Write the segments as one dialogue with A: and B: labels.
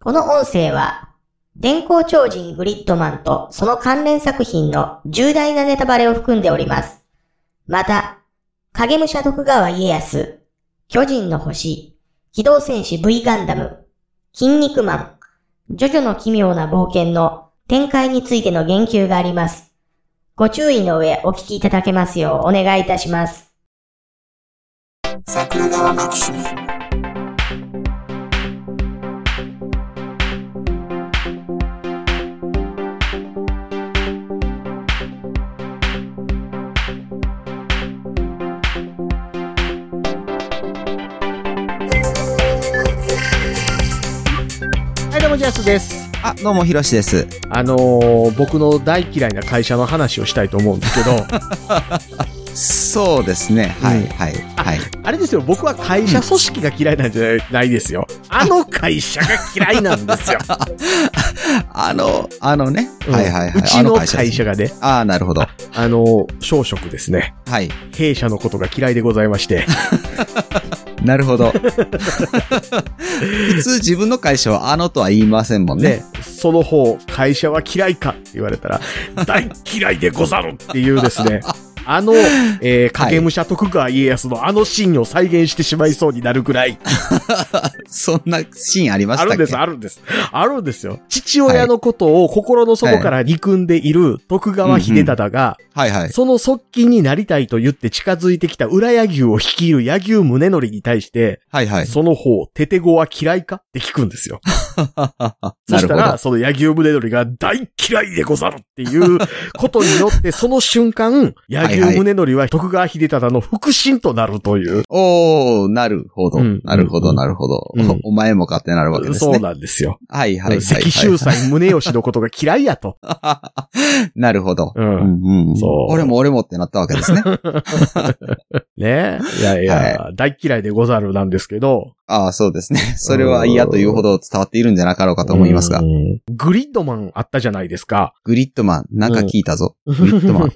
A: この音声は、電光超人グリッドマンとその関連作品の重大なネタバレを含んでおります。また、影武者徳川家康、巨人の星、機動戦士 V ガンダム、筋肉マン、ジョジョの奇妙な冒険の展開についての言及があります。ご注意の上お聞きいただけますようお願いいたします。
B: 桜川マキシム
C: はい、どうも、ジャスです。
D: あ、どうも、ひろしです。
C: あのー、僕の大嫌いな会社の話をしたいと思うんですけ ど、
D: そうですね。はい、はい、はい。
C: あれですよ、僕は会社組織が嫌いなんじゃないですよ。あの会社が嫌いなんですよ。
D: あの、あのね。
C: うん
D: はい、はい、は
C: う
D: い。
C: ちの
D: あ
C: 会社がね、
D: ああ、なるほど。
C: あのー、小職ですね。
D: はい。
C: 弊社のことが嫌いでございま して。
D: なるほ ど。普通自分の会社はあのとは言いませんもん
C: で
D: ね。、
C: その方、会社は嫌いかって言われた ら、大嫌いでござるっていうですね。あの、えー、影武者徳川家康のあのシーンを再現してしまいそうになるぐらい、
D: そんなシーンありまし
C: あ
D: たっけ
C: るんです、あるんです。あるんですよ。父親のことを心の底から憎んでいる徳川秀忠が、
D: はい、はい。
C: その側近になりたいと言って近づいてきた裏野牛を率いる野牛宗則に対して、
D: はい、 はい。
C: その方、テテゴは嫌いかって聞くんですよ。そ
D: な
C: し
D: る
C: た
D: ほ
C: ら、
D: ど。
C: その野球宗則が大嫌いでござるっていうことによ って、その瞬間、野球宗則は徳川秀忠の腹心となるという。
D: おー、なるほど
C: うん。
D: なるほ
C: う
D: ど、
C: ん
D: なるほど
C: うん。
D: お前もかってなるわけです
C: そう
D: ね。
C: なんですよ。
D: はい、はい、はい。
C: 関州斎宗義のことが嫌いやと。
D: はい。なるほど。
C: う
D: うんんうん
C: そう
D: 俺も俺もってなったわけですね。
C: ねいやいや、大嫌いでござるなんですけど。
D: ああ、そう ですね。それは嫌というほど伝わっているんじゃなかろうかと思いますが
C: う。ん。グリッドマンあったじゃないですか。
D: グリッドマン、なんか聞いたぞ。グリッ ドマン。っ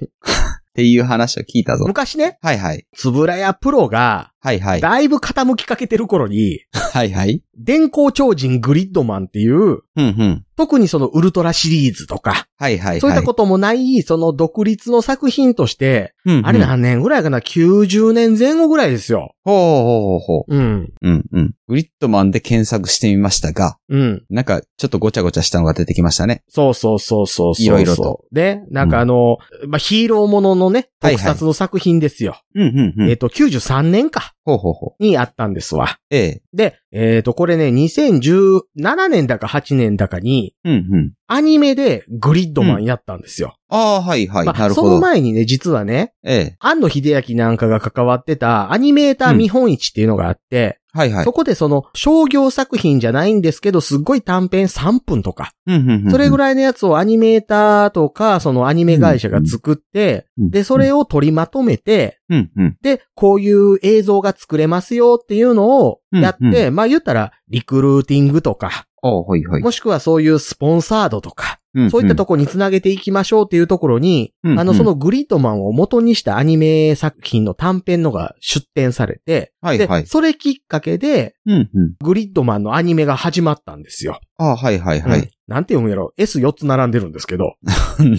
D: ていう話を聞いたぞ。
C: 昔ね、
D: はいはい。
C: つぶらやプロが、
D: はいはい。
C: だいぶ傾きかけてる頃に、
D: はいはい。
C: 電光超人グリッドマンっていう、
D: うんうん。
C: 特にそのウルトラシリーズとか、
D: はいはいはい。
C: そういったこともない、その独立の作品として、
D: と。うんうん、
C: あれ何年ぐらいかな ?90 年前後ぐらいですよ。
D: ほうほうほうほ
C: うん。
D: う。うんうん。グリッドマンで検索してみましたが、
C: うん。
D: なんかちょっとごちゃごちゃしたのが出てきましたね。
C: そうそうそうそうそうそう。
D: いろいろと。
C: で、なんかあの、まあ、ヒーローもののね、
D: はいはい
C: 特撮の作品ですよ。
D: うんうんう
C: え
D: ん
C: っ、。と、93年か、
D: ほうほうほう。
C: にあったんですわ。
D: ええ。
C: で、えっ、と、これね、2017年だか8年だかに、
D: うんうん。
C: アニメでグリッドマンやったんですよ。
D: ああ、はいはい。
C: ま
D: な
C: あ、
D: る
C: そ
D: ほ
C: の
D: ど。
C: 前にね、実はね、
D: ええ。
C: 安野秀明なんかが関わってたアニメーター見本市っていうのがあって、
D: はいはい
C: そ。こでその商業作品じゃないんですけど、すっごい短編3分とか、
D: うんうんうん。
C: それぐ
D: らい。
C: らいのやつをアニメーターとか、そのアニメ会社が作って、
D: うん
C: で、それを取りまとめて、
D: うんうん。
C: で、こういう映像が作れますよっていうのをやって、
D: うん
C: まあ言ったら、リクルーティングとか、
D: ああ、はいはい。
C: もしくはそういうスポンサードとか、
D: んん
C: そういったとこにつなげていきましょうっていうところに、
D: うんうん
C: あの、そのグリッドマンを元にしたアニメ作品の短編のが出展されて、
D: はいはい
C: で、。それきっかけで、
D: うんうん。
C: グリッドマンのアニメが始まったんですよ。
D: ああ、はいはいは
C: うん
D: い。
C: なんて読むんやろ ?S4 つ並んでるんですけど、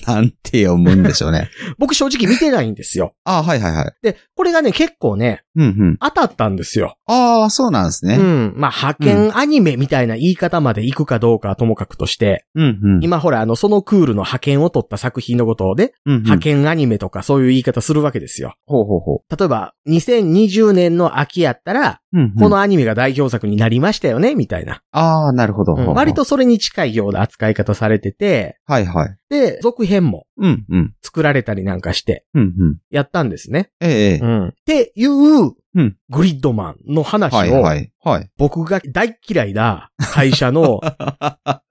D: なんて読むんでしょうね。
C: 僕正直見てないんですよ。
D: ああ、はいはいはい。
C: で、これがね、結構ね、
D: うんうん。
C: 当たったんですよ。
D: ああ、そうなんです
C: う
D: ね。
C: ん。まあ、派遣アニメみたいな言い方まで行くかどうかはともかくとして、
D: うんうん。
C: 今ほら、あの、そのクールの派遣を取った作品のことをね、
D: うんうん、
C: 派遣アニメとかそういう言い方するわけですよ。
D: ほうほうほ
C: 例えば、2020年の秋やったら、
D: う。うんうん
C: このアニメが代表作になりましたよね、みたいな。
D: ああ、なるほど。
C: うん
D: ほうほう
C: 割。とそれに近いような扱い方されてて、
D: はいはい。
C: で、続編も
D: うんうん。
C: 作られたりなんかして、
D: うんうん。
C: やったんですね。
D: ええええ。
C: ん。っていう、
D: うん
C: グリッドマンの話
D: はい
C: を、
D: はい。はい。
C: 僕が大嫌いな会社の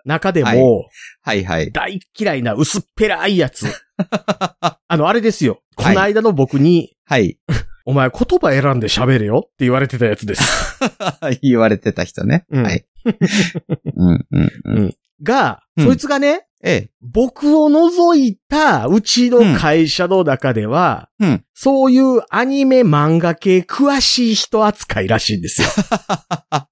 C: 中で
D: はい
C: も、
D: はいはい。
C: 大嫌いな薄っぺらい やつ。あの、あれですよ。こ
D: はい
C: の間の僕に、
D: はい。
C: お前言葉選んで喋れよって言われてたや つです。
D: 言われてた人ね。
C: うん
D: はい。うんうんう
C: うん
D: ん。
C: が、
D: うん
C: そいつがね、
D: え
C: 僕を除いたうちの会社の中では、
D: うんうん
C: そういうアニメ漫画系詳しい人扱いらしいんで すよ。
D: え。あ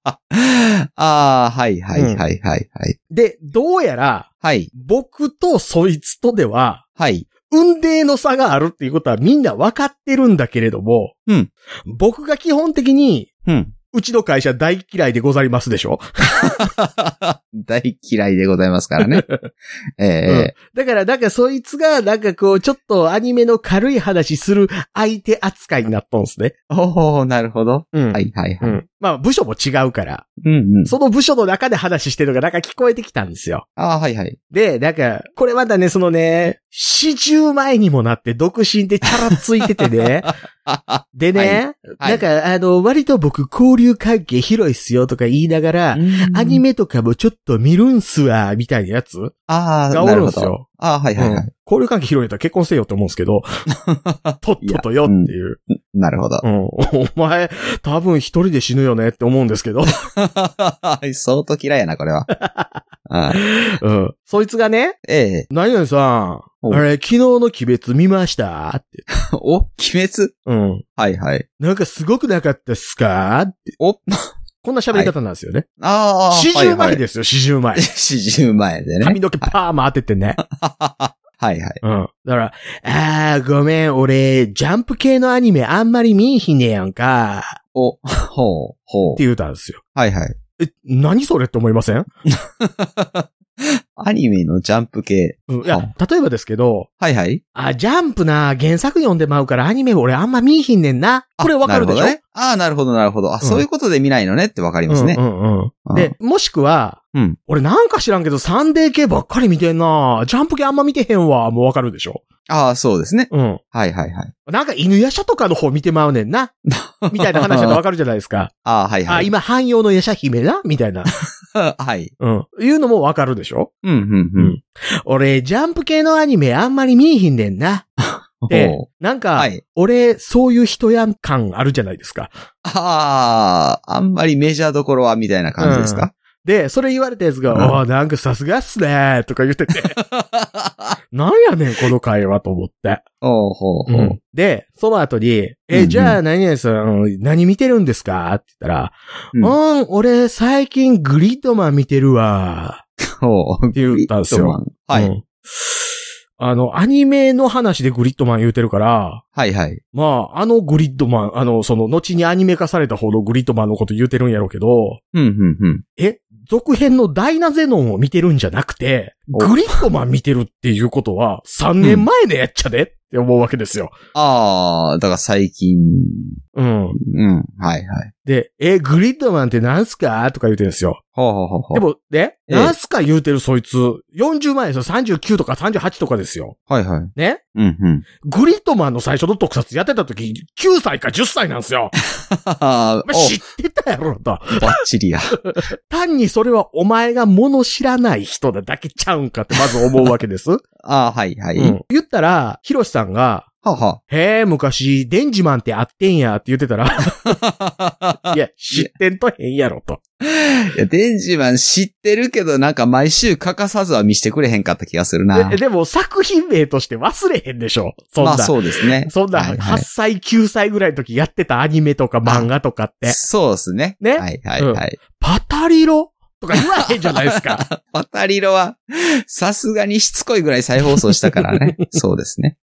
D: あ、はいはいはいはいはい。
C: で、どうやら、
D: はい。
C: 僕とそいつとでは、
D: はい。
C: 運命の差があるっていうことはみんな分かってるんだけれども、
D: うん
C: 僕が基本的に、
D: うん。
C: うちの会社大嫌いでござりますでしょ
D: 大嫌いでございますからね。ええ
C: だから、なんかそいつが、なんかこう、ちょっとアニメの軽い話する相手扱いになったんですね。
D: おおなるほど。
C: うん。
D: はいはいは
C: う
D: い。
C: ん。まあ、部署も違うから、
D: うんうん。
C: その部署の中で話してるのがなんか聞こえてきたんですよ。
D: ああ、はいはい。
C: で、なんか、これまたね、そのね、四十前にもなって独身でチャラついててね。
D: ああ
C: でね、
D: はいはい
C: なんか、あの、割と僕交流関係広いっすよとか言いながら、アニメとかもちょっと見るんすわ、みたいなやつ
D: ああ、
C: がお
D: なる
C: るん
D: ほ
C: す
D: ど。
C: よ。
D: ああ、はいはいはい。
C: 交流関係広いんやったら結婚せよって思うんで すけど、とっととよっていう。
D: なるほど
C: う。ん、お前、多分一人で死ぬよねって思うんですけど。
D: 相当嫌いやな、これは。 ああ
C: うん。そいつがね、
D: ええ。
C: 何々さん、
D: お
C: あれ、昨日の鬼滅見ましたって。
D: お、鬼滅
C: うん。
D: はいはい。
C: なんかすごくなかったっすかって。
D: お、
C: こんな喋り方なんですよね。
D: ああ、
C: 四
D: はい
C: 十
D: は
C: 前
D: い。
C: ですよ、四 十前。
D: 40前でね。
C: 髪の毛パーマ当ててね。
D: はいはい。
C: うん。だから、あー、ごめん、俺、ジャンプ系のアニメあんまり見んひんねやんか。
D: お、ほう、ほう
C: って。言うたんですよ。
D: はいはい。
C: え、何それって思いません
D: アニメのジャンプ系。
C: うん。いや、
D: あ
C: 例えばですけど、
D: はいはい。
C: あ、ジャンプな、原作読んでまうからアニメ俺あんま見いひんねんな。
D: あ
C: これわかるでしょ
D: なほどねああ、なるほど、なるほど。あ、
C: ん
D: そういうことで見ないのねってわかりますね
C: う。んうんう
D: うん
C: ん。で、もしくは、
D: うん
C: 俺なんか知らんけど、サンデー系ばっかり見てんな。ジャンプ系あんま見てへんわ。もうわかるでしょ
D: ああ、そうですね。
C: うん。
D: はいはいはい。
C: なんか犬夜叉とかの方見てまうねん な。みたいな話だとわかるじ ゃないですか。
D: ああ、はいは
C: あ、
D: い。
C: 今汎用の夜叉姫なみたいな。
D: はい。
C: うん。いうのもわかるでしょ
D: うん、うん、うん。
C: 俺、ジャンプ系のアニメあんまり見えひんねんな。で
D: ほう、
C: なんか、
D: はい。
C: 俺、そういう人やん感あるじゃないですか。
D: ああ、あんまりメジャーどころは、みたいな感じですか、
C: で、それ言われたやつが、
D: うん
C: ああ、なんかさすがっすねーとか言ってて、 なんやねん、この会話と思って。
D: おうほうほう。
C: で、その後に、
D: うんう
C: え、
D: ん
C: じゃあ何々さん、何見てるんですかって言ったら、
D: うん
C: うん、俺最近グリッドマン見てるわ
D: ほう。って
C: 言ったんですよ。ー。
D: は
C: う
D: い。
C: んあの、アニメの話でグリッドマン言うてるから、
D: はいはい。
C: まあ、あのグリッドマン、あの、その、後にアニメ化された方のグリッドマンのこと言うてるんやろうけど、
D: うん、うん、うん。
C: え、続編のダイナゼノンを見てるんじゃなくて、
D: お
C: グリッドマン見てるっていうことは、3年前のやっちゃでって思うわけですよ。
D: ああ、だから最近。
C: うん。
D: うん。はいはい。
C: で、え、グリッドマンってなんすかとか言うてるんですよ。
D: ほうほうほうほう。
C: でも、ね、
D: ええ
C: なんすか言うてるそいつ、40万円ですよ。39とか38とかですよ。
D: はいはい。
C: ね
D: うん、 うん。
C: グリッドマンの最初の特撮やってた時、9歳か10歳なんですよ。
D: あ
C: お前知ってたやろと。
D: お、バッチリや。
C: 単にそれはお前が物知らない人だだけちゃうんかってまず思うわけです。うん
D: ああ、 はいはい。
C: 言ったら、ヒロシさんが、
D: はは。
C: へえ、昔、デンジマンってあってんやって言って たら、いや、知ってんとへんやろと。
D: いや、デンジマン知ってるけど、なんか毎週欠かさずは見してくれへんかった気がするな
C: で。でも作品名として忘れへんでしょ。そん
D: ま
C: な。
D: あそうですね。
C: そんな、
D: はい
C: 8
D: はい
C: 歳、9歳ぐらいの時やってたアニメとか漫画とかって、
D: そうですね。
C: ね
D: はいはいはい。
C: パタリロとか言わへんじゃないですか。
D: パタリロは、さすがにしつこいぐらい再放送したから ね。そうですね。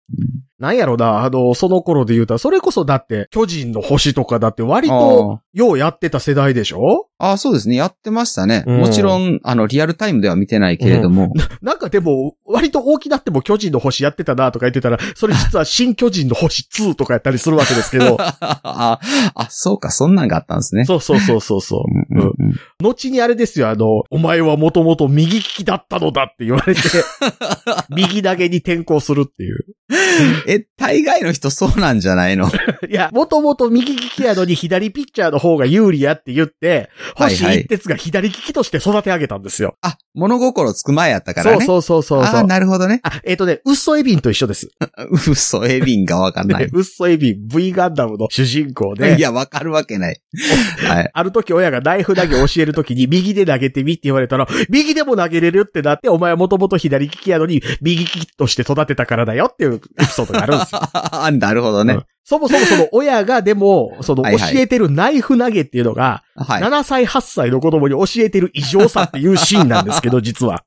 C: なんやろな、あの、その頃で言うたら、それこそだって、巨人の星とかだって割と、
D: あ
C: ようやってた世代でしょ
D: あ、そうですね。やってましたね。
C: うん
D: もちろん、あの、リアルタイムでは見てないけれども。
C: なんかでも、割と大きなっても巨人の星やってたなとか言ってたら、それ実は新巨人の星2とかやったりするわけですけど、
D: ああ、そうか、 そんなんがあったんですね。
C: そうそうそうそうそうう。
D: んうんうん
C: 後にあれですよ、あの、お前は もともと右利きだったのだって言われて、右投げに転向するっていう。
D: え、大概の人そうなんじゃないの
C: いや、もともと右利きやのに左ピッチャーの方が有利やって言って、
D: はいはい
C: 星一徹が左利きとして育て上げたんですよ。
D: あ、物心つく前やったからね。う
C: そうそうそうそうそ
D: あー
C: う。
D: なるほどね。
C: あ、えっ、とね、ウッソエビンと一緒です。
D: 嘘、エビンがわかんな
C: ね
D: い。
C: ウッソエビン、V ガンダムの主人公で、
D: いや、わかるわけない。はい。
C: ある時親がナイフ投げ教える時に右で投げてみって言われたら、右でも投げれるってなって、お前はもともと左利きやのに、右利きとして育てたからだよっていうエピソードがあるん ですよ。
D: あなるほど
C: う
D: ね
C: ん。そもそもその親がでも、その
D: はいはい
C: 教えてるナイフ投げっていうのが、
D: はい。
C: 7歳、8歳の子供に教えてる異常さっていうシーンなんですけ ど、実は。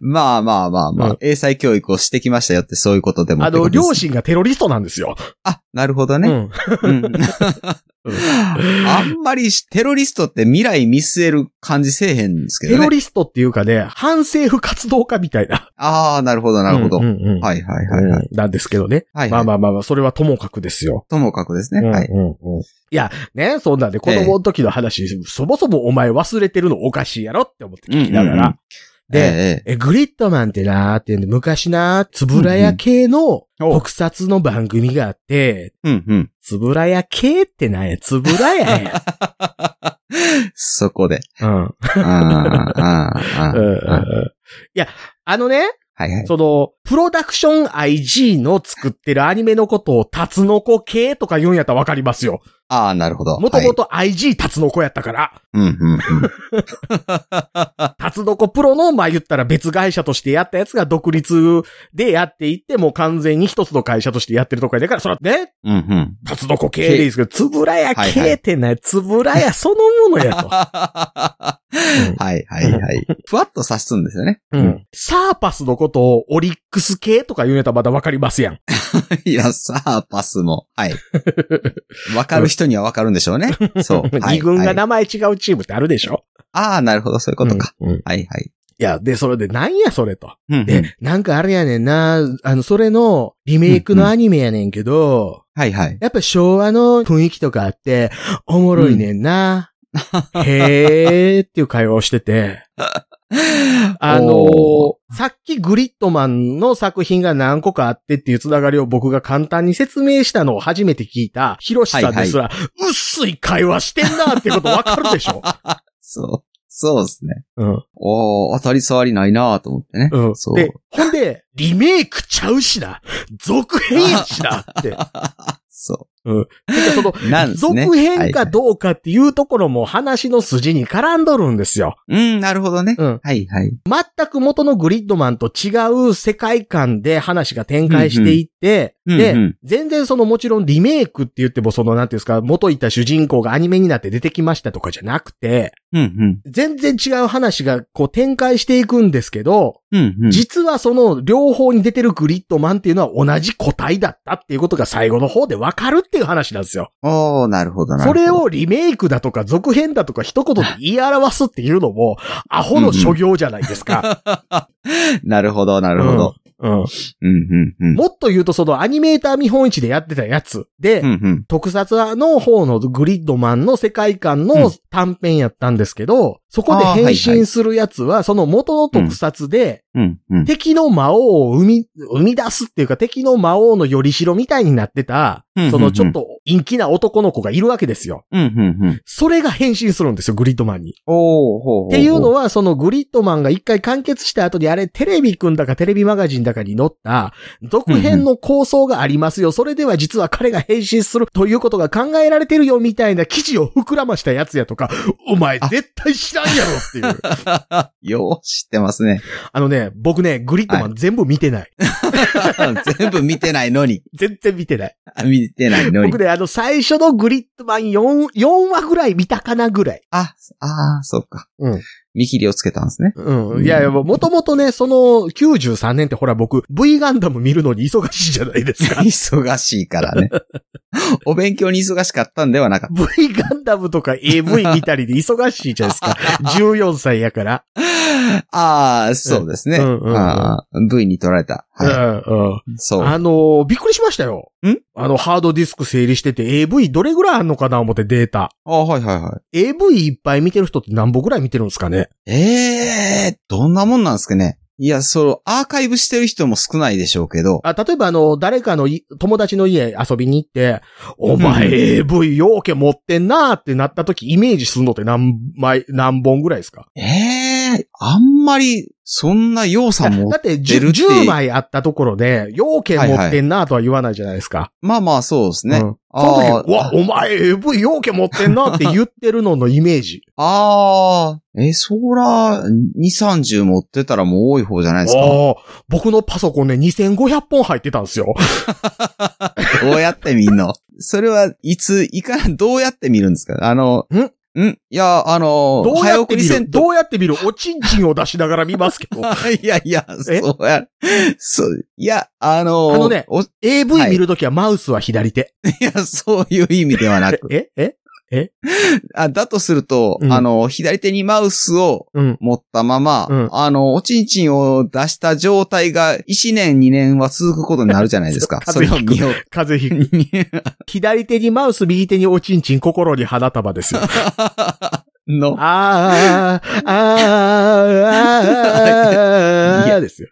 D: まあまあまあま
C: う
D: あ、英才教育をしてきましたよってそういうことでもって
C: あ
D: こと
C: の、
D: です。
C: 両親がテロリストなんですよ。
D: あ、なるほど
C: う
D: ね。
C: ん。
D: うん。 あんまりしテロリストって未来見据える感じせえへんですけ
C: テ
D: ど
C: ロ
D: ね。
C: リストっていうかね、反政府活動家みたいな。
D: ああ、なるほど、なるほど。
C: う
D: は
C: ん
D: い
C: うんうん
D: はいはいはい。
C: なんですけどね。
D: はいはい
C: まあまあまあまあ、それはともかくですよ。
D: ともかくですね。
C: うん
D: はい。
C: うんうんいや、ね、そんなんで子供の時の話、そもそもお前忘れてるのおかしいやろって思って聞きながら。
D: うんうんうん
C: で、
D: え
C: え、グリッドマンってなーって言うんで、昔なー、つぶらや系の
D: うんうんお
C: 特撮の番組があって、
D: え、うんうん。
C: つぶらや系ってなんや、つぶらやや。
D: そこで。
C: うん。うん
D: あーあー、あーあ
C: うん
D: ー、
C: うんいや、あのね、
D: はいはい。
C: その、プロダクション IG の作ってるアニメのことをタツノコ系とか言うんやったらわかりますよ。
D: ああ、なるほど。
C: もとも
D: はい。
C: と IG タツノコやったから。
D: うんうんうん。
C: タツノコプロの、まあ言ったら別会社としてやったやつが独立でやっていって、もう完全に一つの会社としてやってるとかだから、そらね、
D: うんうん。
C: タツノコ系でいいですけど、つぶらや系ってない、つぶらやそのものやと。
D: はいはいはい。ふわっと刺すんですよね。
C: うん。サーパスのことをオリックス系とか言うネタまだわかりますやん。
D: いや、さあ、パスも。はい。わかる人にはわかるんでしょう ね。そう。はい
C: 二軍が
D: はい
C: 名前違うチームってあるでしょ
D: ああ、なるほど、そういうことか。。
C: うんうんい
D: はいはい。
C: や、で、それで、なんやそれと。
D: うんうん
C: で、なんかあれやねんな、あの、それのリメイクのアニメやねんけど、
D: はいはい。
C: やっぱ昭和の雰囲気とかあって、おもろいねんな。へーっていう会話をしてて。あのー
D: お
C: さっきグリッドマンの作品が何個かあってっていうつながりを僕が簡単に説明したのを初めて聞いた、ヒロシさんですら、薄い会話してんなってことわかるでし ょ
D: そう。そうですね。
C: うん。
D: おー、当たり障りないなーと思ってね。
C: うん。
D: そう。
C: で、ほんで、リメイクちゃうしな。続編やしな って。てか
D: そ
C: その、
D: う。なんですね。
C: 続編か
D: はい
C: どうかっていうところも話の筋に絡んどるんですよ。
D: うん、なるほどね。
C: うん。
D: はいはい。
C: 全く元のグリッドマンと違う世界観で話が展開していって、
D: うんうんうんうん
C: で、全然そのもちろんリメイクって言ってもそのなんていうんですか、元いた主人公がアニメになって出てきましたとかじゃなくて、
D: うんうん。
C: 全然違う話がこう展開していくんですけど、
D: うんうん。
C: 実はその両方に出てるグリッドマンっていうのは同じ個体だったっていうことが最後の方でわかるっていう話なんですよ。
D: おー、なるほどなる
C: そ
D: ほど。
C: れをリメイクだとか続編だとか一言で言い表すっていうのも、アホの所業じゃないですか。
D: なるほど、なるほど。
C: うん。
D: うんうんうん。
C: もっと言うとそのアニメーター見本市でやってたやつで、
D: うんうん。
C: 特撮の方のグリッドマンの世界観
D: う
C: の
D: ん
C: 短編やったんですけど、そこで
D: あー
C: 変身するやつは、その元の特撮で、
D: うんうん。
C: 敵の魔王を生み、生み出すっていうか、敵の魔王のよりしろみたいになってた
D: うんうんう、ん
C: そのちょっと陰気な男の子がいるわけですよ。
D: うんうんうん。
C: それが変身するんですよ、グリッドマンに。
D: おー、ほうほうほう。
C: っていうのは、そのグリッドマンが一回完結した後に、あれ、テレビくんだかテレビマガジンだかに載った、続編の構想がありますよ。それでは実は彼が変身するということが考えられてるよ、みたいな記事を膨らましたやつやとか、お前絶対知らんやろって いう。
D: よう知ってますね。
C: あのね、僕ね、グリッドマン全部見てない。
D: 全部見てないのに。
C: 全然見てない。
D: あ見てないのに
C: 僕。ね、あの、最初のグリッドマン4、4話ぐらい見たかなぐらい。
D: あ、ああ、そうか。
C: うん。
D: 見切りをつけたんですね。
C: うん。いやいや、もともとね、その93年ってほら僕、V ガンダム見るのに忙しいじゃないですか。
D: 忙しいからね。 お勉強に忙しかったんではなかっ
C: V ガンダムとか AV 見たりで忙しいじゃないですか。14歳やから。
D: た。ああ、そうですね。
C: うんうんうん
D: あー V に取られた。
C: うん
D: は
C: うん
D: い。そう。
C: あのーびっくりしましたよ。
D: ん
C: あの、ハードディスク整理してて AV どれぐらいあんのかな思ってデータ。
D: あはいはいは
C: AV いっぱい見てる人って何本ぐらい見てるんですかね
D: い。ええー、どんなもんなんですかね。いや、その、アーカイブしてる人も少ないでしょうけど、
C: あ、例えばあの、誰かのい友達の家遊びに行って、お前 AV 要件持ってんなーってなった時イメージするのって何枚、何本ぐらいですか
D: ええあんまり、そんな要素 も
C: だ、って
D: 出る
C: 10,
D: って
C: 10枚あったところで、要件持ってんなーとは言わないじゃないですか。
D: まあまあそうですね。
C: うんその時、
D: あ
C: うわ、お前 AV 要件持ってんなーって言ってるののイメ ージ。
D: あー、え、そら、2、30持ってたらもう多い方じゃないですか。ど
C: ああ、僕のパソコンね、2500本入ってたんですよ。
D: うやって見んのそれはいつ、いかな、どうやって見るんですかあの、
C: ん
D: んいや、あの、
C: どうや
D: 早
C: って
D: 送
C: 見
D: りせん
C: る
D: と。
C: どうやって見るおちんちんを出しながら見ま すけど。
D: いやいや、
C: え
D: そうや。そう、いや、あの、
C: あのね
D: おい
C: AV 見るときはマウスは左手。
D: や、そういう意味ではな く。
C: ええ
D: あだとすると、
C: うん
D: あの、左手にマウスを
C: うん。
D: 持ったまま、
C: うん。
D: あの、おちんちんを出した状態が1年2年は続くことになるじゃないですか
C: 風邪
D: それを見よう
C: 風邪ひ く。左手にマウス、右手におちんちん、心に花束で すよ。
D: の、
C: あー、あー、あー、あーですよ。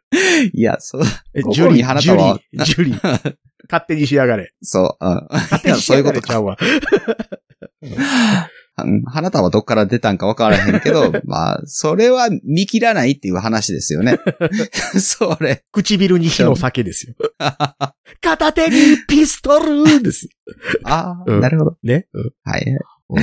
D: いや、そう、
C: え
D: ここに花
C: ジュ
D: 束
C: リ
D: は
C: ー、ジュリー。勝手にしやがれ。
D: そう、うん
C: 勝
D: い
C: 手
D: や、
C: にし
D: そうい
C: や
D: うこと
C: がれちゃ
D: か。
C: うわ。
D: うん 花束どっから出たんかわからへんけ ど、まあ、それは見切らないっていう話ですよ ね。それ。
C: 唇に火の酒です よ。片手にピストルですよ。
D: ああ、
C: うん
D: なるほど。
C: ね。
D: はい。
C: い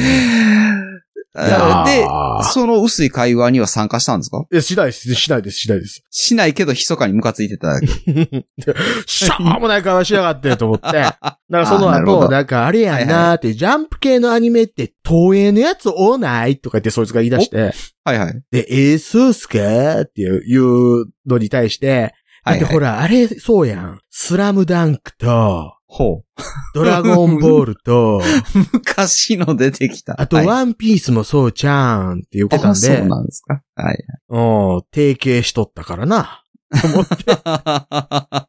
D: あーで、
C: ー
D: その薄い会話には参加したんですか
C: え、しないです、しないです、しないです。
D: しないけど、密かにムカついてただけ。
C: しょうもない会話しやがってと思って。だからその
D: あーなるほ
C: 後、
D: ど
C: なんかあれやんなーって、ジャンプ系のアニメって、東映のやつ多ないとか言ってそいつが言い出して、
D: はいはい。
C: で、えー、そうっすかーっていう言うのに対して、だ
D: はい
C: って
D: はい。
C: ほら、あれ、そうやん。スラムダンクと、
D: ほ
C: ドラゴンボール と、
D: う。昔の出てきた。
C: あと
D: はい
C: ワンピースもそうちゃーんって言ってた
D: あ
C: ん
D: そ
C: で、
D: うなんですか。 はい。
C: うん、提携しとったか らな。
D: あ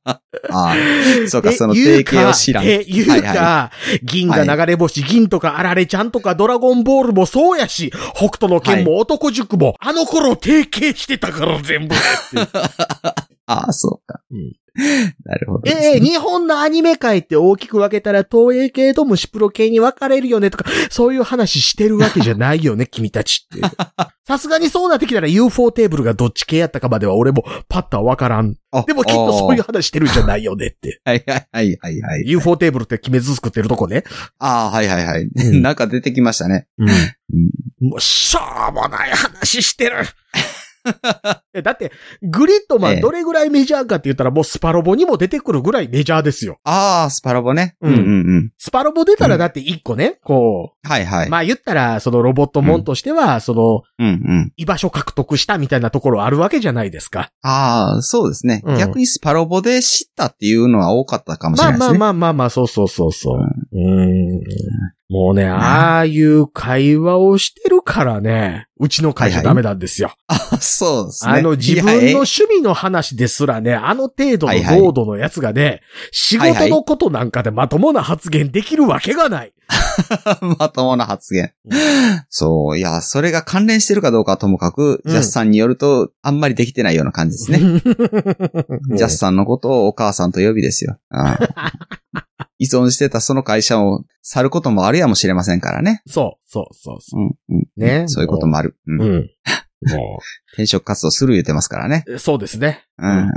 D: あ、そうか、
C: え
D: その提
C: 言う
D: 携を知らん。
C: え言うか、
D: はいは
C: 銀が流れ星、銀とかあられちゃんとかドラゴンボールもそうやし、北斗の剣も男塾も、あの頃提携してたから 全部。
D: ああ、そうか
C: うん。
D: なるほどです
C: ええ
D: ね。
C: 日本のアニメ界って大きく分けたら東映系と虫プロ系に分かれるよねとか、そういう話してるわけじゃな いよね、君たちって。さすがにそうなってきたら UFO テーブルがどっち系やったかまでは俺もパッとは分からん。
D: あ
C: でもきっとそういう。話してるんじゃないよねって。
D: ああはいはいはいはいはい。
C: UFO テーブルって決めず作ってるとこね。
D: ああ、はいはいはい。
C: う ん
D: なんか出てきましたね。
C: もう、しょうもない話して る。えだって、グリッドマ
D: ええ
C: ンどれぐらいメジャーかって言ったらもうスパロボにも出てくるぐらいメジャーですよ。
D: ああ、スパラボね。
C: う
D: うんんうんうん。
C: スパロボ出たらだって一個ね、こ
D: はいは
C: う、
D: い。
C: まあ言ったら、そのロボットもんとしては、その、
D: うんうん。
C: 居場所獲得したみたいなところあるわけじゃないですか。
D: ああ、そうですね
C: うん。
D: 逆にスパロボで知ったっていうのは多かったかもし
C: ま
D: れな
C: あ
D: いで
C: ますあ
D: ね。
C: まあまあまあ、そうそうそうそう。うん。もうね、ああいう会話をしてるからね、うちの会社
D: はいは
C: ダ
D: い
C: メなんですよ。
D: そうですね。
C: あの自分
D: い
C: の
D: やえ
C: 趣味の話ですらね、あの程度
D: はい
C: の
D: はい
C: 濃度のやつがね、仕事のことなんかでまともな発言できるわけがない。
D: まともな発言。そう、いや、それが関連してるかどうかはともかく、
C: うん
D: ジャスさんによると、あんまりできてないような感じですね。 ジャスさんのことをお母さんと呼びですよ。 ああ依存してたその会社を去ることもあるやもしれませんからね。
C: そう、そう、そう、そ
D: うん、うん。
C: う。ね。
D: そういうこともある。うん
C: もう。うん。も
D: 転職活動する言ってますからね。
C: う、そうですね。
D: うん、うん。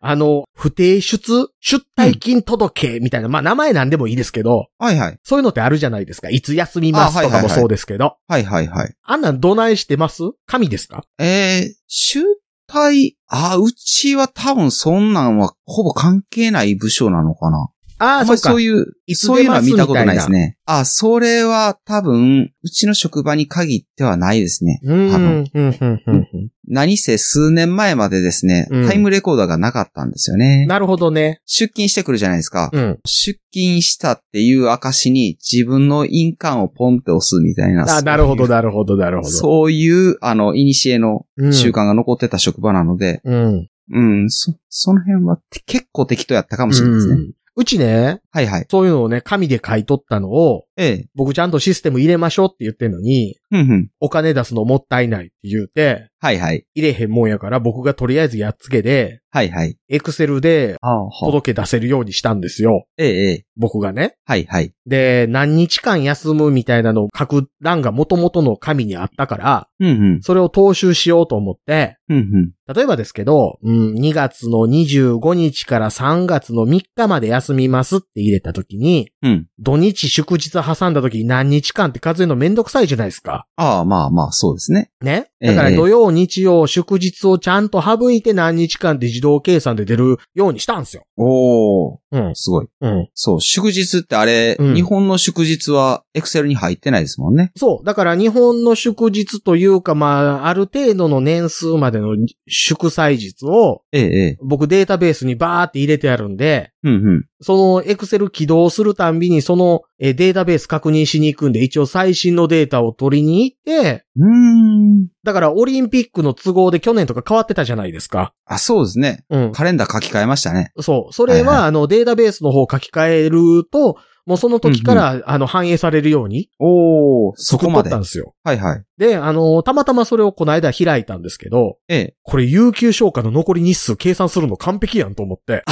C: あの、不定出、出退勤届みたいな、まあ名前なんでもいいですけど、
D: はいはい。
C: そういうのってあるじゃないですか。いつ休みますと
D: あは
C: か
D: いはい
C: も
D: はい
C: そうですけど。
D: はいはいはい。
C: あんなんどないしてます神ですか
D: えー、集体、あ、うちは多分そんなんはほぼ関係ない部署なのかな。
C: あ
D: あ
C: あ、
D: んま
C: そう
D: り
C: か
D: そう。いう、
C: いつ
D: そう
C: 出
D: いうの
C: ま
D: は
C: す
D: 見たことないですね。あ、それは多分、うちの職場に限ってはないですね。
C: うん、う
D: あの
C: ん、うん、うんうん。
D: 何せ数年前までですね、
C: うん
D: タイムレコーダーがなかったんですよね。
C: なるほどね。
D: 出勤してくるじゃないですか。
C: うん。
D: 出勤したっていう証に自分の印鑑をポンって押すみたいな。
C: あ、なるほど、
D: だ。
C: なるほど、なるほど。
D: そういう、あの、イニシエの
C: うん
D: 習慣が残ってた職場なので、
C: うん。
D: うん、そ、その辺はて結構適当やったかもしれないですね。
C: うんうちね、
D: はいはい。
C: そういうのをね、紙で買い取ったのを、
D: ええ。
C: 僕ちゃんとシステム入れましょうって言ってんのに、
D: うんうん。
C: お金出すのもったいないって言うて、
D: はいはい。
C: 入れへんもんやから僕がとりあえずやっつけで、
D: はいはい。
C: エクセルで
D: ああ、はあ。
C: 届け出せるようにしたんですよ。
D: ええ、ええ。
C: 僕がね。
D: はいはい。
C: で、何日間休むみたいなのを書く欄が元々の紙にあったから、
D: うんうん。
C: それを踏襲しようと思って、
D: うんうん。
C: 例えばですけど、うん、2月の25日から3月の3日まで休みますって入れた時に、
D: うん。
C: 土日祝日挟んだ時に何日間って数えるのめんどくさいじゃないですか。
D: ああ、まあまあ、そうですね。
C: ね。
D: ええ
C: だから土曜、日曜、祝日をちゃんと省いて何日間で自動計算で出るようにしたんですよ。
D: おー、
C: うん。
D: すごい。
C: うん。
D: そう、祝日ってあれ、
C: うん
D: 日本の祝日はエクセルに入ってないですもんね。
C: そう。だから日本の祝日というか、まあ、ある程度の年数までの祝祭日を、
D: ええ、ええ。
C: 僕データベースにバーって入れてあるんで、
D: うんうん。
C: そのエクセル起動するたんびにそのえーデータベース確認しに行くんで、一応最新のデータを取りに行って、
D: うーん。
C: だからオリンピックの都合で去年とか変わってたじゃないですか。
D: あ、そうですね。
C: うん。
D: カレンダー書き換えましたね。
C: そう。それ
D: はい
C: は、あの、データベースの方を書き換えると、もうその時から、あの、反映されるように、
D: おー、そこま
C: 作
D: で。
C: っとったん
D: は
C: ですよ。
D: いはい。
C: で、あの、たまたまそれをこの間開いたんですけど、
D: え え。
C: これ、有給消化の残り日数計算するの完璧やんと思って。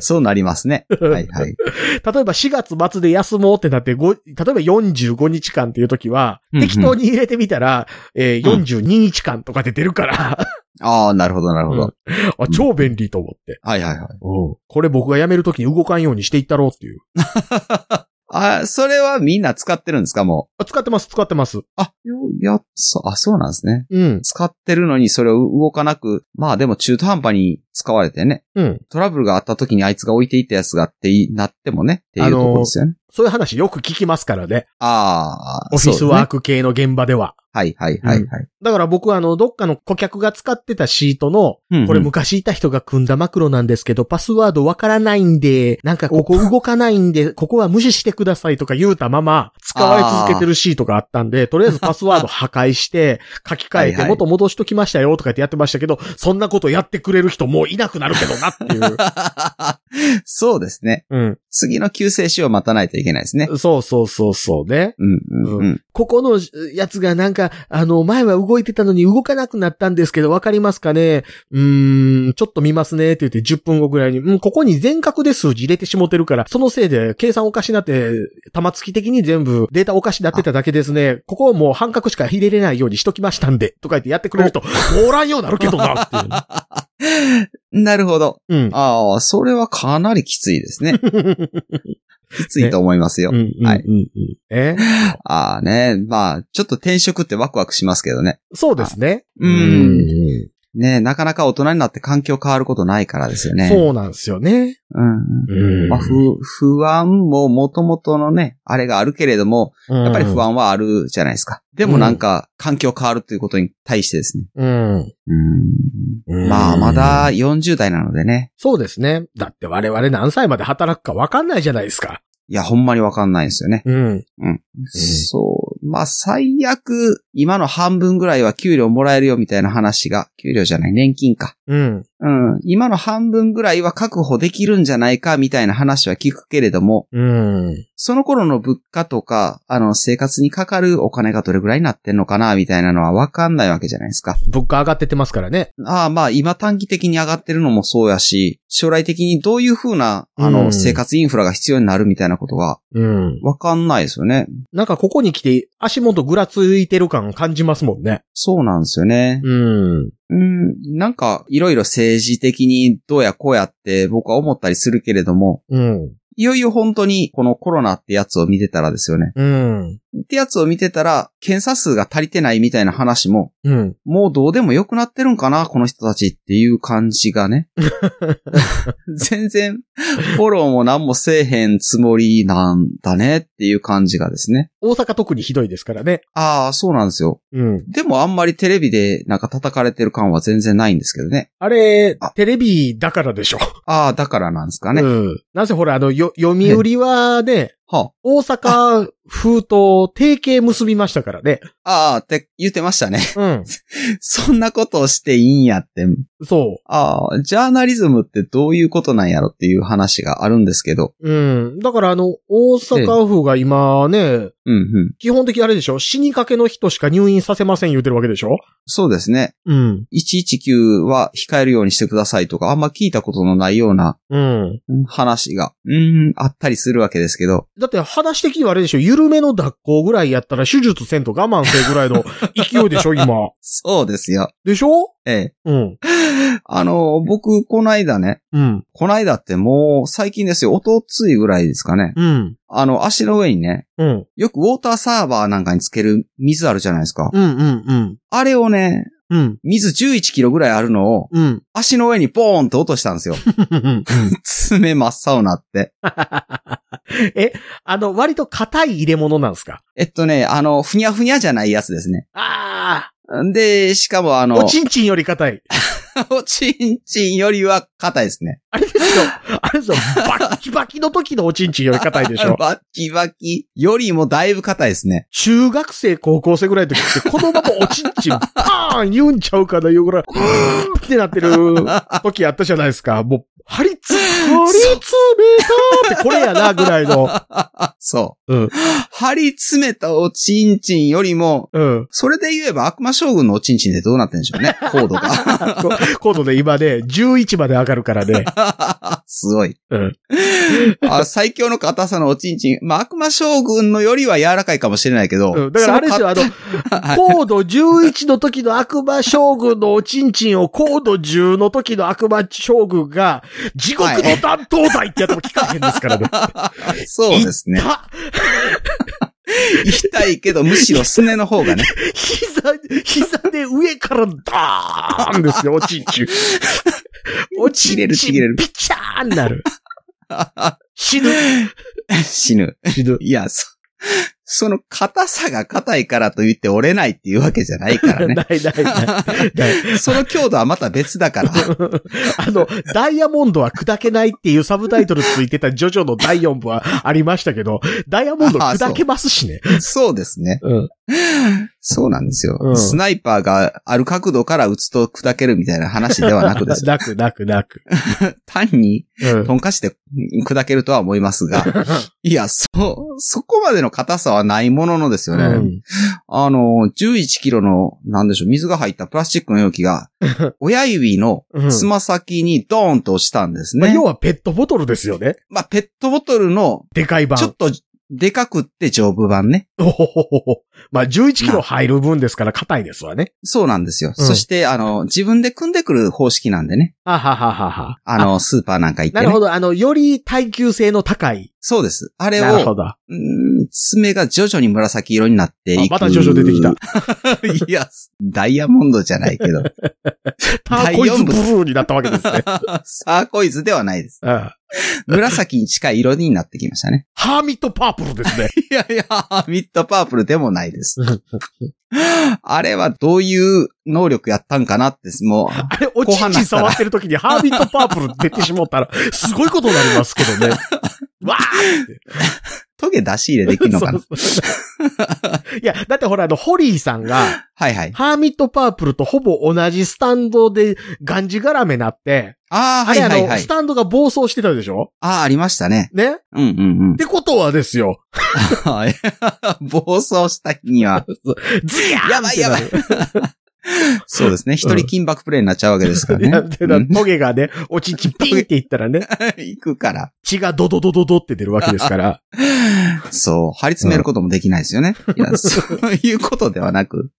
D: そうなりますね。はい はい。
C: 例えば4月末で休もうってなって、ご例えば45日間っていう時は、
D: うんうん
C: 適当に入れてみたら、えー
D: うん
C: 42日間とかで出るから、
D: ああ、なるほどなるほど。
C: うんあ超便利と思って。
D: はいはいはい。
C: これ僕が辞める時に動かんようにしていったろうっていう。
D: あ、それはみんな使ってるんですかも
C: あ使ってます、使ってます。
D: う。あ、よや、そ、あ、そうなんですね。
C: うん。
D: 使ってるのにそれを動かなく、まあでも中途半端に使われてね、
C: うん。
D: トラブルがあった時にあいつが置いていったやつがっていなってもね、っていうところですよね。
C: そういう話よく聞きますからね。
D: ああ、
C: オフ
D: そ
C: ィス
D: うです
C: ワー
D: ね。
C: ク系の現場では。
D: はいはいはいはい。
C: だから僕はあの、どっかの顧客が使ってたシートの、
D: うんうん
C: これ昔いた人が組んだマクロなんですけど、パスワードわからないんで、なんかここ動かないんで、ここは無視してくださいとか言うたまま、使われ続けてるシートがあったんで、とりあえずパスワード破壊 して、書き換え
D: はいは
C: て、
D: い
C: 元戻しときましたよとかってやってましたけど、そんなことやってくれる人もういなくなるけどなって いう。
D: そうですね。
C: う
D: 次の救世主を待たないといけないですね。
C: ん。そうそうそうそうね。
D: うんうんうん。
C: ここのやつがなんか、あの、前は動いてたのに動かなくなったんですけど、わかりますかねうーん、ちょっと見ますねって言って10分後ぐらいに、うん、ここに全角で数字入れてしもてるから、そのせいで計算おかしなって、玉突き的に全部データおかしなってただけですね。ここをもう半角しか入れれないようにしときましたんで、とか言ってやってくれると、おらんようになるけどなっていう。
D: なるほど。
C: うん。
D: ああ、それはかなりきつい ですね。きついと思いますよ。
C: うんうん
D: はい
C: うんうんえ
D: ああね、まあ、ちょっと転職ってワクワクしますけどね。
C: そうですね。
D: うん
C: うん
D: ねなかなか大人になって環境変わることないからですよね。
C: そうなんですよね。
D: うんうん。まあ、不、不安も元々のね、あれがあるけれども、
C: や
D: やっぱり不。安はあるじゃないですか。でもなんか、環境変わるということに対してですね。
C: うん。
D: うん。まあ、まだ40代なのでね。
C: そうですね。だって我々何歳まで働くか分かんないじゃないですか。
D: いや、ほんまにわかんないんですよね。
C: うん。
D: そう。まあ、最悪、今の半分ぐらいは給料もらえるよみたいな話が、給料じゃない、年金か。
C: うん。
D: うん。今の半分ぐらいは確保できるんじゃないかみたいな話は聞くけれども、
C: うん。
D: その頃の物価とか、あの、生活にかかるお金がどれぐらいになってんのかな、みたいなのはわかんないわけじゃないですか。
C: 物価上がってってますからね。
D: ああ、まあ、今短期的に上がってるのもそうやし、将来的にどういう風な、あ
C: う
D: の、
C: ん
D: 生活インフラが必要になるみたいなことが
C: うん。
D: わかんないですよね。
C: なんかここに来て足元ぐらついてる感感じますもんね。
D: そうなんですよね。
C: うん。
D: うん、なんか、いろいろ政治的にどうやこうやって僕は思ったりするけれども、
C: うん。
D: いよいよ本当にこのコロナってやつを見てたらですよね。
C: うん。
D: ってやつを見てたら、検査数が足りてないみたいな話も、
C: うん。
D: もうどうでもよくなってるんかな、この人たちっていう感じがね。全然、フォローも何もせえへんつもりなんだねっていう感じがですね。
C: 大阪特にひどいですからね。
D: ああ、そうなんですよ。
C: うん。
D: でもあんまりテレビでなんか叩かれてる感は全然ないんですけどね。
C: あれ
D: あ、
C: テレビだからでしょ。
D: ああ、だからなんですかね。
C: うん。なぜほら、あの、よ、読売はね、
D: は
C: 大阪風と提携結びましたからね。
D: あ、ああって言ってましたね。
C: うん。
D: そんなことをしていいんやって
C: そ
D: ああ、ジャーナリズムってどういうことなんやろっていう話があるんですけど。
C: う。うん。だからあの、大阪府が今ね、
D: うんうん。
C: 基本的にあれでしょ死にかけの人しか入院させません言うてるわけでしょ
D: そうですね。
C: うん。
D: 119は控えるようにしてくださいとか、あんま聞いたことのないような
C: うん。
D: うん話が、うーん、あったりするわけですけど。
C: だって話的にはあれでしょ緩めの脱行ぐらいやったら手術せんと我慢せんぐらいの勢いでしょ今。
D: そうですよ。
C: でしょ
D: え
C: うん。
D: え。あの、僕、こないだね、
C: うん。
D: こないだってもう最近ですよ、おとついぐらいですかね。
C: うん。
D: あの、足の上にね、
C: うん。
D: よくウォーターサーバーなんかにつける水あるじゃないですか。
C: うん。うん。うん。
D: あれをね、
C: うん。
D: 水11キロぐらいあるのを、
C: うん。
D: 足の上にポーンと落としたんですよ。 爪真っ青なって。
C: あの、割と硬い入れ物なんですか
D: えっとね、あの、ふにゃふにゃじゃないやつですね。
C: あ
D: で、しかもあ
C: あ
D: の、
C: おちんちんより硬い。
D: おちんちんよりは硬いですね。
C: あれですよ。あれですよ。バッキバキの時のおちんちんより硬いでしょ。
D: バッキバキよりもだいぶ硬いですね。
C: 中学生、高校生ぐらいの時って、子供もおちんちん、パーン言うんちゃうかな、いうぐらい、うーってなってる時あったじゃないですか。もう、張りつ、張り詰めたってこれやな、ぐらいの。
D: そう。
C: うん
D: 張り詰めたおちんちんよりも、
C: うん。
D: それで言えば悪魔将軍のおちんちんでどうなってんでしょう ね。高度が。
C: こ今度ね、今ね、11まで上がるからね。
D: すごい。
C: うん。
D: あ最強の硬さのおちんちん。まあ、悪魔将軍のよりは柔らかいかもしれないけど。
C: うん、だからあれですよ、あの、高度11の時の悪魔将軍のおちんちんを高度10の時の悪魔将軍が、地獄の断頭台ってやっても聞かへんですからね。
D: そうですね。
C: は
D: 痛いけど、むしろすねの方 がね。
C: 膝、膝で上からダーンですよ、おちんちん。 おち
D: ちぎれ
C: ん
D: る
C: ち
D: ちぎれ
C: ん
D: る
C: ピチャーンな る。死ぬ。
D: 死ぬ。
C: 死ぬ。
D: いや、そ、その硬さが硬いからといって折れないっていうわけじゃないから
C: ない
D: ね。
C: ないない。ない
D: その強度はまた別だから。
C: あの、ダイヤモンドは砕けないっていうサブタイトルついてたジョジョの第4部はありましたけど、ダイヤモンド砕けますしね。
D: そうですね。
C: うん。
D: そうなんですよ、
C: うん
D: スナイパーがある角度から撃つと砕けるみたいな話ではなくですよ。
C: なくなくなく。
D: 単に、
C: うん
D: トンカチで砕けるとは思いますが、 いや、そ、そこまでの硬さはないもののですよね。
C: うん
D: あの、11キロの、なんでしょう、水が入ったプラスチックの容器が、 親指の
C: うん
D: つま先にドーンと落ちたんです
C: まあ
D: ね。
C: 要はペットボトルですよね。
D: まあ、ペットボトルの、
C: でかい版。
D: ちょっと、でかくって丈夫版ね。
C: おほほほほまあ11キロ入る分ですから硬いですわね。
D: そうなんですよ。
C: うん
D: そして、あの、自分で組んでくる方式なんでね。
C: ははははは。
D: あの、スーパーなんか行って、
C: な
D: ね。
C: るほど。あの、より耐久性の高い。
D: そうです。あれ
C: なるほ
D: を、
C: ど。あ
D: うーん爪が徐々に紫色になっていく。
C: また徐々出てきた。。
D: いや、ダイヤモンドじゃない けど。
C: ターコイズブルーになったわけです ね。
D: サーコイズではないです。
C: うん
D: 紫に近い色になってきました ね。
C: ハーミットパープル ですね。
D: いやいや、ミッドパープルでもない です。あれはどういう能力やったんかなって、もう、
C: あれ、おちんちん触ってる時にハービットパープル出てしもったら、すごいことになりますけど ね。わーって。
D: トゲ出し入れできるのかな
C: そうそういや、だってほら、あの、ホリーさんが、
D: はいはい。
C: ハーミットパープルとほぼ同じスタンドで、がんじがらめなって、
D: ああ、
C: あ
D: は
C: れ、
D: い
C: あ
D: はい
C: の、
D: はい
C: ス。タンドが暴走してたでしょ
D: ああ、ありましたね。
C: ねっ
D: うんうんうん。
C: てことはですよ、
D: はい 暴走した日に は、
C: ズヤーン
D: やばいやばい
C: ってなる
D: そうですね。一人金箔プレイになっちゃうわけですか
C: いや
D: ら
C: っ
D: ね。
C: てなトゲがね、おちんちんピンっていったらね、
D: うん行くから。
C: 血がドドドドドって出るわけですから。
D: そう、張り詰めることもできないですよね。いや、そういうことではなく。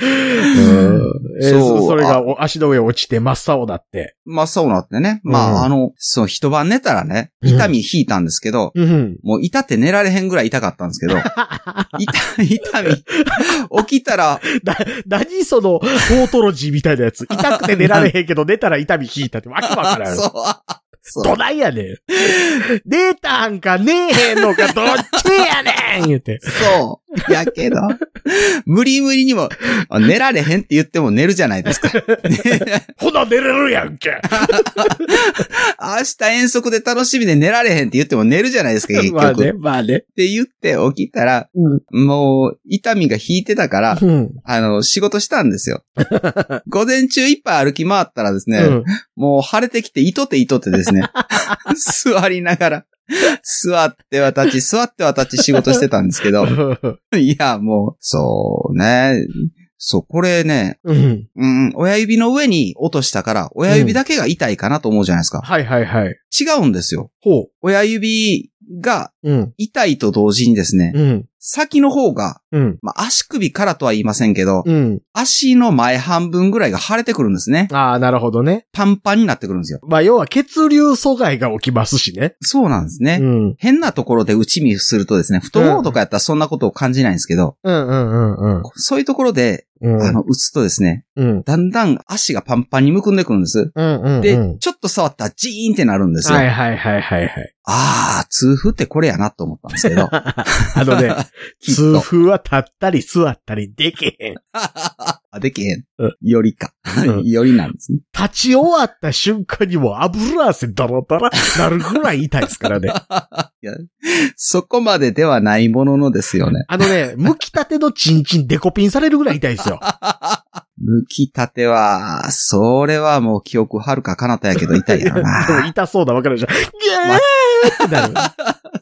C: えー
D: そう
C: そそれがお足の上落ちて真っ青だって。
D: まあそうなってね。まあ、
C: うん
D: あの、そう、一晩寝たらね、痛み引いたんですけど、
C: うん。
D: もう痛って寝られへんぐらい痛かったんです けど、痛、痛み、起きた ら、
C: な、何その、オートロジーみたいなやつ。痛くて寝られへんけど、寝たら痛み引いたってわけわからん。
D: そう、そ
C: ど
D: う、
C: ないやねん。寝たんか寝えへんのか、どっちやねん言うて。
D: そやけど、無理無理にも、あ寝られへんって言っても寝るじゃないです か。
C: ほな出れるやんけ。
D: 明日遠足で楽しみで寝られへんって言っても寝るじゃないですか、結 局。
C: まあね、まあね。
D: って言って起きたら、
C: うん
D: もう、痛みが引いてたから、
C: うん。
D: あの、仕事したんですよ。 午前中いっぱい歩き回ったらですね、
C: うん
D: もう晴れてきて、糸て糸てですね。 座りながら、座っては立ち、座っては立ち仕事してたんですけど、 いや、もう、そうね。そう、これね、
C: うん。
D: うん、親指の上に落としたから、親指だけが痛いかなと思うじゃないですか。
C: はいはいはい。
D: 違うんですよ。
C: ほ
D: 親指が
C: う。うん。
D: 痛いと同時にですね、
C: うん。
D: 先の方が、
C: うん。
D: まあ、足首からとは言いませんけど、
C: うん。
D: 足の前半分ぐらいが腫れてくるんですね。
C: ああ、なるほどね。
D: パンパンになってくるんですよ。
C: まあ、要は血流阻害が起きますしね。
D: そうなんですね。
C: うん。
D: 変なところで打ち身するとですね、太ももとかやったらそんなことを感じないんですけど、
C: うんうんうん
D: そういうところで、
C: うん。
D: あの、打つとですね、
C: うん。
D: だんだん足がパンパンにむくんでくるんです。
C: うんうん。
D: で、
C: うん
D: ちょっと触ったらジーンってなるんですよ。
C: はいはいはいはい はい。
D: あー、痛風ってこれやなと思ったんですけ ど。
C: あのね、
D: きっ
C: 痛
D: と。
C: 風は立ったり座ったりできへん。
D: あできへん
C: うん。
D: よりか
C: う。ん
D: よりなんですね。
C: 立ち終わった瞬間にもう油汗だらだらなるぐらい痛いですからね。
D: いや、そこまでではないもののですよね。
C: あのね、剥きたてのチンチンデコピンされるぐらい痛い ですよ。
D: 剥きたては、それはもう記憶はるか彼方やけど痛いやろ
C: でも
D: な。
C: 痛そうだわかるでしょ。ギャーってなる。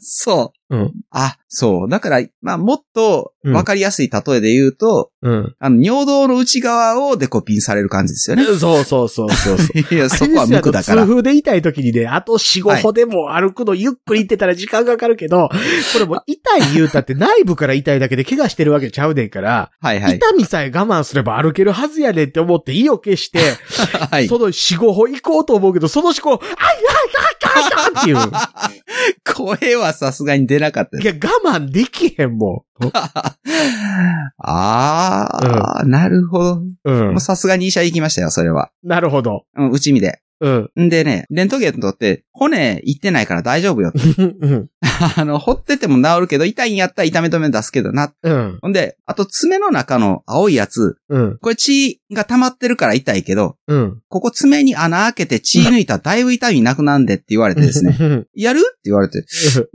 D: そう。
C: うん
D: あ、そう。だから、まあ、もっとわかりやすい例えで言うと、
C: うん。
D: あの、尿道の内側をデコピンされる感じですよね。
C: そうそうそうそうそう。
D: いや、そこは
C: あれですよ
D: 無垢だから
C: あの。痛風で痛い時にね、あと4、
D: はい
C: 5歩でも歩くのゆっくり行ってたら時間がかかるけど、これもう痛い言うたって内部から痛いだけで怪我してるわけちゃうねんから、
D: はいはい。
C: 痛みさえ我慢すれば歩けるはずやねんって思って意を決して、
D: はい。
C: その4、5歩行こうと思うけど、その思考、あいやいやいやいやいやっていう。
D: 声はさすがに出なかったです
C: いや、我慢できへんも ん。
D: あー、なるほど。
C: うん
D: もう。さすがに医者行きましたよ、それは。
C: なるほど。
D: うん、内身で。
C: うん。
D: んでね、レントゲンとって、骨行ってないから大丈夫よって。
C: うん。
D: あの、掘ってても治るけど、痛いんやったら痛め止め出すけどな。
C: うん。
D: ほんで、あと爪の中の青いやつ、
C: うん。
D: これ血が溜まってるから痛いけど、
C: うん。。
D: ここ爪に穴開けて血抜いたらだいぶ痛みなくなんでって言われてですねやるって言われて。い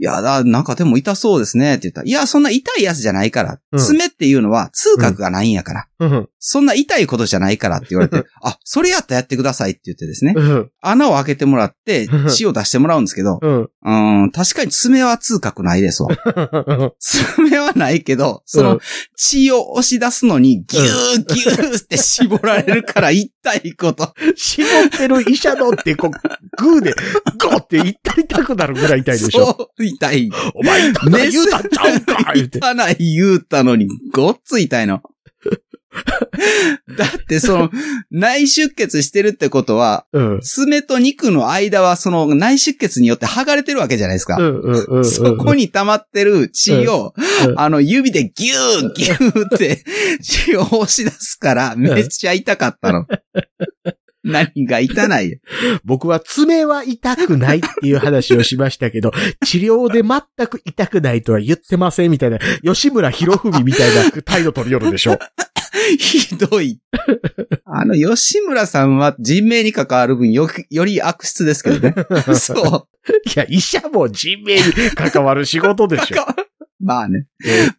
D: や、だなんかでも痛そうですねって言ったら。いや、そんな痛いやつじゃないから。
C: うん
D: 爪っていうのは痛覚がないんやから。
C: うん。
D: そんな痛いことじゃないからって言われて。 あ、それやったらやってくださいって言ってですね。
C: うん。
D: 穴を開けてもら って、血を出してもらうんですけど、
C: うん。
D: うーん、確かに爪は痛覚ないです わ。爪はないけど、その、血を押し出すのに、ギューギューって絞られるから痛いこと。
C: 絞ってる医者のって、こう、グーで、ゴーって言ったり痛くなるぐらい痛いでしょ。
D: そう、痛い。
C: お前痛くない言うたんちゃうんか言う て。
D: 痛ない言うたのに、ごっつ痛いの。だって、その、内出血してるってことは、
C: うん。
D: 爪と肉の間は、その、内出血によって剥がれてるわけじゃないですか
C: う。んうんうんうん。
D: そこに溜まってる血を
C: う、ん
D: あの、指でギューギュー って血を押し出すから、めっちゃ痛かったの。 何が痛ないよ
C: 僕は爪は痛くないっていう話をしました けど、治療で全く痛くないとは言ってませんみたいな、吉村博文みたいな態度取り寄るで しょ。
D: ひどい。あの、吉村さんは人命に関わる分よく、より悪質ですけど ね。そう。
C: いや、医者も人命に関わる仕事でし ょ。
D: 関わまあね。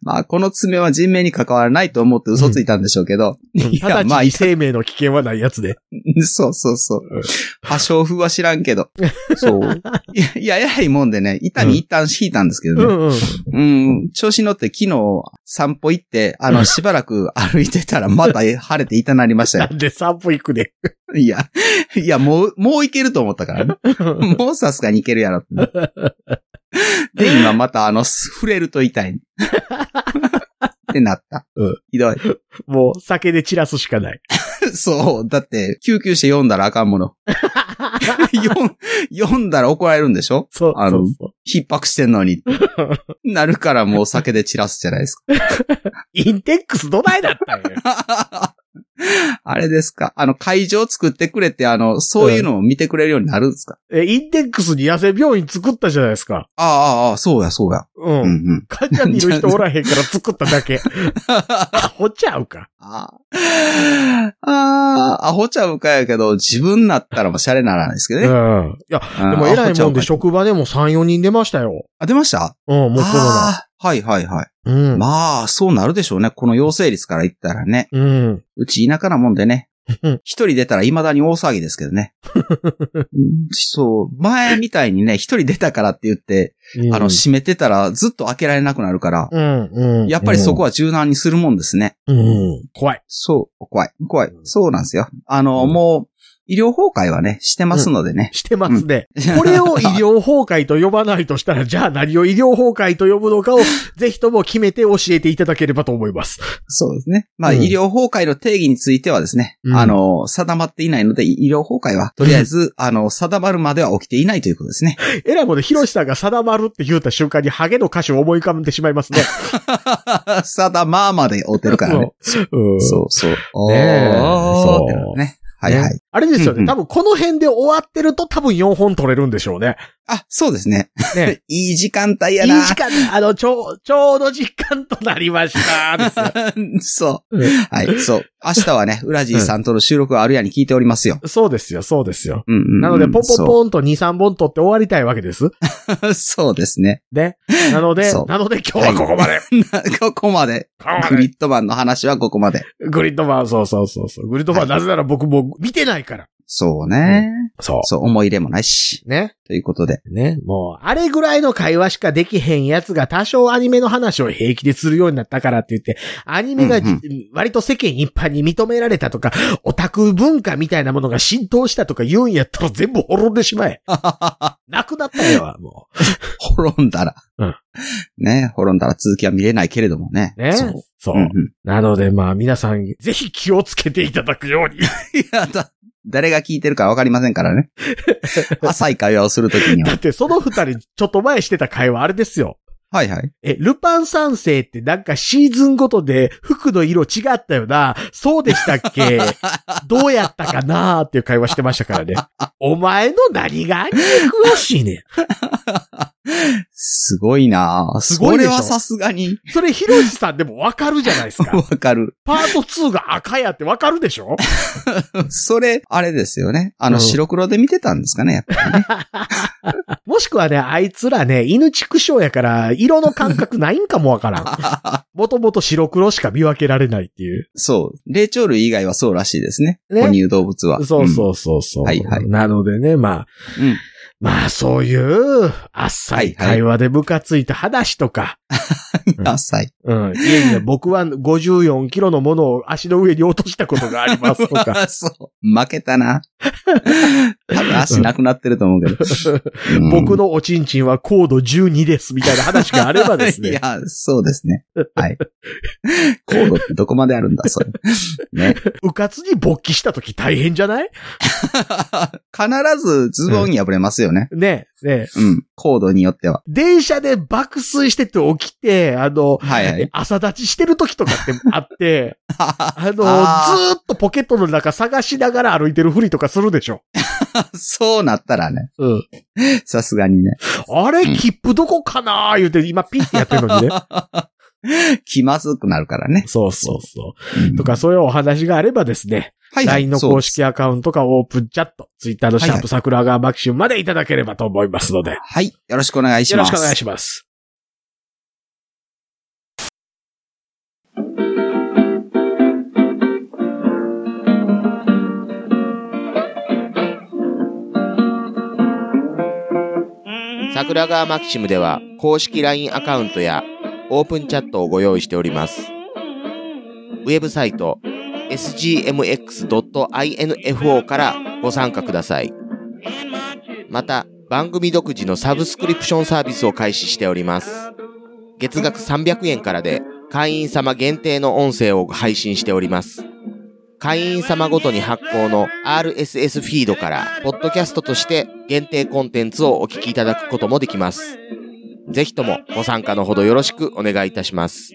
D: まあ、この爪は人命に関わらないと思って嘘ついたんでしょうけど。い
C: ただ
D: や、まあ
C: ちに、生命の危険はないやつで。
D: そうそうそう
C: うん。
D: 破傷風は知らんけど。 そう。いや、いや、えらいもんでね、痛み一旦引いたんですけどね。
C: うんうん。
D: うん、調子乗って昨日散歩行って、あの、しばらく歩いてたらまた晴れて痛なりました
C: な
D: よ。
C: んで散歩行くね。
D: いや、いや、もう、もう行けると思ったからね。もうさすがに行けるやろって ね。で、今またあの、触れると痛い。ってなった。
C: うん
D: ひどい。
C: もう酒で散らすしかない。
D: そう。だって、救急車読んだらあかんも の。読ん読んだら怒られるんでしょ
C: そう、
D: あ
C: そ
D: の
C: うそう。
D: 逼迫してんのに。なるからもう酒で散らすじゃないですか
C: インテックスどないだったんや。
D: あれですかあの、会場作ってくれて、あの、そういうのを見てくれるようになるんですか、
C: え、インデックスに痩せ病院作ったじゃないですか。
D: ああ、ああ、そうや、そうや。
C: う。
D: うんうんん。
C: 患者見る人おらへんから作った だけ。アホちゃうか。
D: ああ、ああ、アホちゃうかやけど、自分なったらもうシャレならないですけど
C: う
D: ね。
C: ん。いや、
D: で
C: でも偉いもんで職場でも3、4人出ましたよ。
D: あ、出ました
C: うん、もうコロナ。
D: ああはいはいはい。
C: うん。
D: まあ、そうなるでしょうね。この陽性率から言ったらね。
C: うん。
D: うち田舎なもんでね
C: うん。
D: 一人出たら未だに大騒ぎですけど ね。うんそう。前みたいにね、一人出たからって言って、あの、閉めてたらずっと開けられなくなるから、
C: うん、うん。
D: やっぱりそこは柔軟にするもんですね。
C: うん。うん。怖い。
D: そう。怖い。怖い。
C: うん
D: そうなんですよ。あの、
C: うん
D: もう、医療崩壊はね、してますのでね。
C: してますね。これを医療崩壊と呼ばないとしたら、じゃあ何を医療崩壊と呼ぶのかを、ぜひとも決めて教えていただければと思います。
D: そうですね。まあ、
C: うん
D: 医療崩壊の定義についてはですね、
C: うん
D: あの、定まっていないので、医療崩壊は、とりあえず、あの、定まるまでは起きていないということですね。
C: えらいもんで、ヒロシさんが定まるって言った瞬間に、ハゲの歌詞を思い浮かんでしまいますね。
D: 定まーまで追ってるからね。
C: うん
D: そうそう。
C: ね
D: おー
C: えそう
D: そうだよね。はいはい。
C: ねあれですよ
D: うんう
C: ね。
D: ん
C: 多分この辺で終わってると多分4本取れるんでし ょうね。
D: あ、そうですね。
C: ね
D: いい時間帯
C: い
D: や
C: い
D: な。
C: 時間、あの、ちょう、ちょうど時間となりましたですよ。
D: そう
C: うん。
D: はい、そう。明日はね、ウラジーさんとの収録があるやに聞いておりますよ。
C: そうですよ、そうですよ。
D: うんうんうん
C: なので、ポンポン
D: ン
C: ポンと2、3本取って終わりたいわけです。
D: そう。 そうです ね。
C: ね。 なので
D: そう、
C: なので今日はここまで。
D: ここまで。
C: ここま
D: グ
C: で
D: リッドマンの話はここまで。
C: グリッドマン、そうそうそうそう。グリッドマン、なぜなら僕もう見てないから。
D: そうね。
C: そ
D: そう、思い入れもないし。
C: う。ね。
D: ということで。
C: ね。もう、あれぐらいの会話しかできへんやつが多少アニメの話を平気でするようになったからって言って、アニメがじ
D: うん
C: 割と世間一般に認められたとか、オタク文化みたいなものが浸透したとか言うんやったら全部滅んでしま え。なくなったよ、も
D: 滅んだら。
C: うん
D: ね滅んだら続きは見れないけれどもね。
C: う。ね
D: そう。。
C: そう
D: うんう。ん。
C: なのでまあ皆さん、ぜひ気をつけていただくように。
D: いや、だ、誰が聞いてるかわかりませんから ね。浅い会話をするときに
C: だ
D: は。
C: ってその二人、ちょっと前してた会話あれですよ。
D: はいはい。
C: え、ルパン三世ってなんかシーズンごとで服の色違ったよな。そうでしたっ けどうやったかなっていう会話してましたからね。お前の何が詳しいねん。
D: すごいなぁ。
C: すごいでしょ
D: それはさすがに
C: それヒロシさんでもわかるじゃないで す
D: わ
C: か。
D: かる。
C: パート2が赤やってわかるでしょ
D: それ、あれですよね。あ
C: う
D: の、
C: ん
D: 白黒で見てたんですかね、やっぱりね。
C: もしくはね、あいつらね、犬畜生やから色の感覚ないんかもわからん。 もともと白黒しか見分けられないっていう。
D: そう。霊長類以外はそうらしいですね。
C: ね
D: 哺乳動物は。
C: そう
D: うん。
C: そうそうそう。
D: はいはい
C: なのでね、まあ、
D: うん
C: まあそういう、あっさい会話でムカついた話とか、うん
D: 浅い。
C: うん、いやいや、僕は54キロのものを足の上に落としたことがありますとか、
D: そう。負けたな。 多分足なくなってると思うけど。うん
C: 僕のおちんちんは高度12ですみたいな話があればです
D: い
C: ね、
D: や、そうですね。はい。コードってどこまであるんだ、それ。ね。
C: うかつに勃起した時大変じゃない
D: 必ずズボン破れますよね。
C: ねえ、ねえ、
D: うん。コードによっては。
C: 電車で爆睡してて起きて、あの、
D: はいはい。
C: 朝立ちしてる時とかってあって、 あの、
D: あ
C: ずーっとポケットの中探しながら歩いてるふりとかするでしょ。
D: そうなったらね。
C: うん。
D: さすがにね。
C: あれ、
D: うん
C: 切符どこかなー言うて、今ピッてやってるのにね。
D: 気まずくなるからね。
C: そうそうそ
D: うん
C: う。とか、そういうお話があればですね、
D: はいはい
C: LINE の
D: そう
C: 公式アカウントかオープンチャット、Twitter のシャープ桜川マキシムまでいただければと思いますので、
D: はい。よろしくお願いし
C: よろ
D: ます。
C: しくお願いします。
B: 桜川マキシムでは公式 LINE アカウントやオープンチャットをご用意しておりますウェブサイト sgmx.info からご参加くださいまた番組独自のサブスクリプションサービスを開始しております月額300円からで会員様限定の音声を配信しております会員様ごとに発行の RSS フィードから、ポッドキャストとして限定コンテンツをお聞きいただくこともできます。ぜひともご参加のほどよろしくお願いいたします。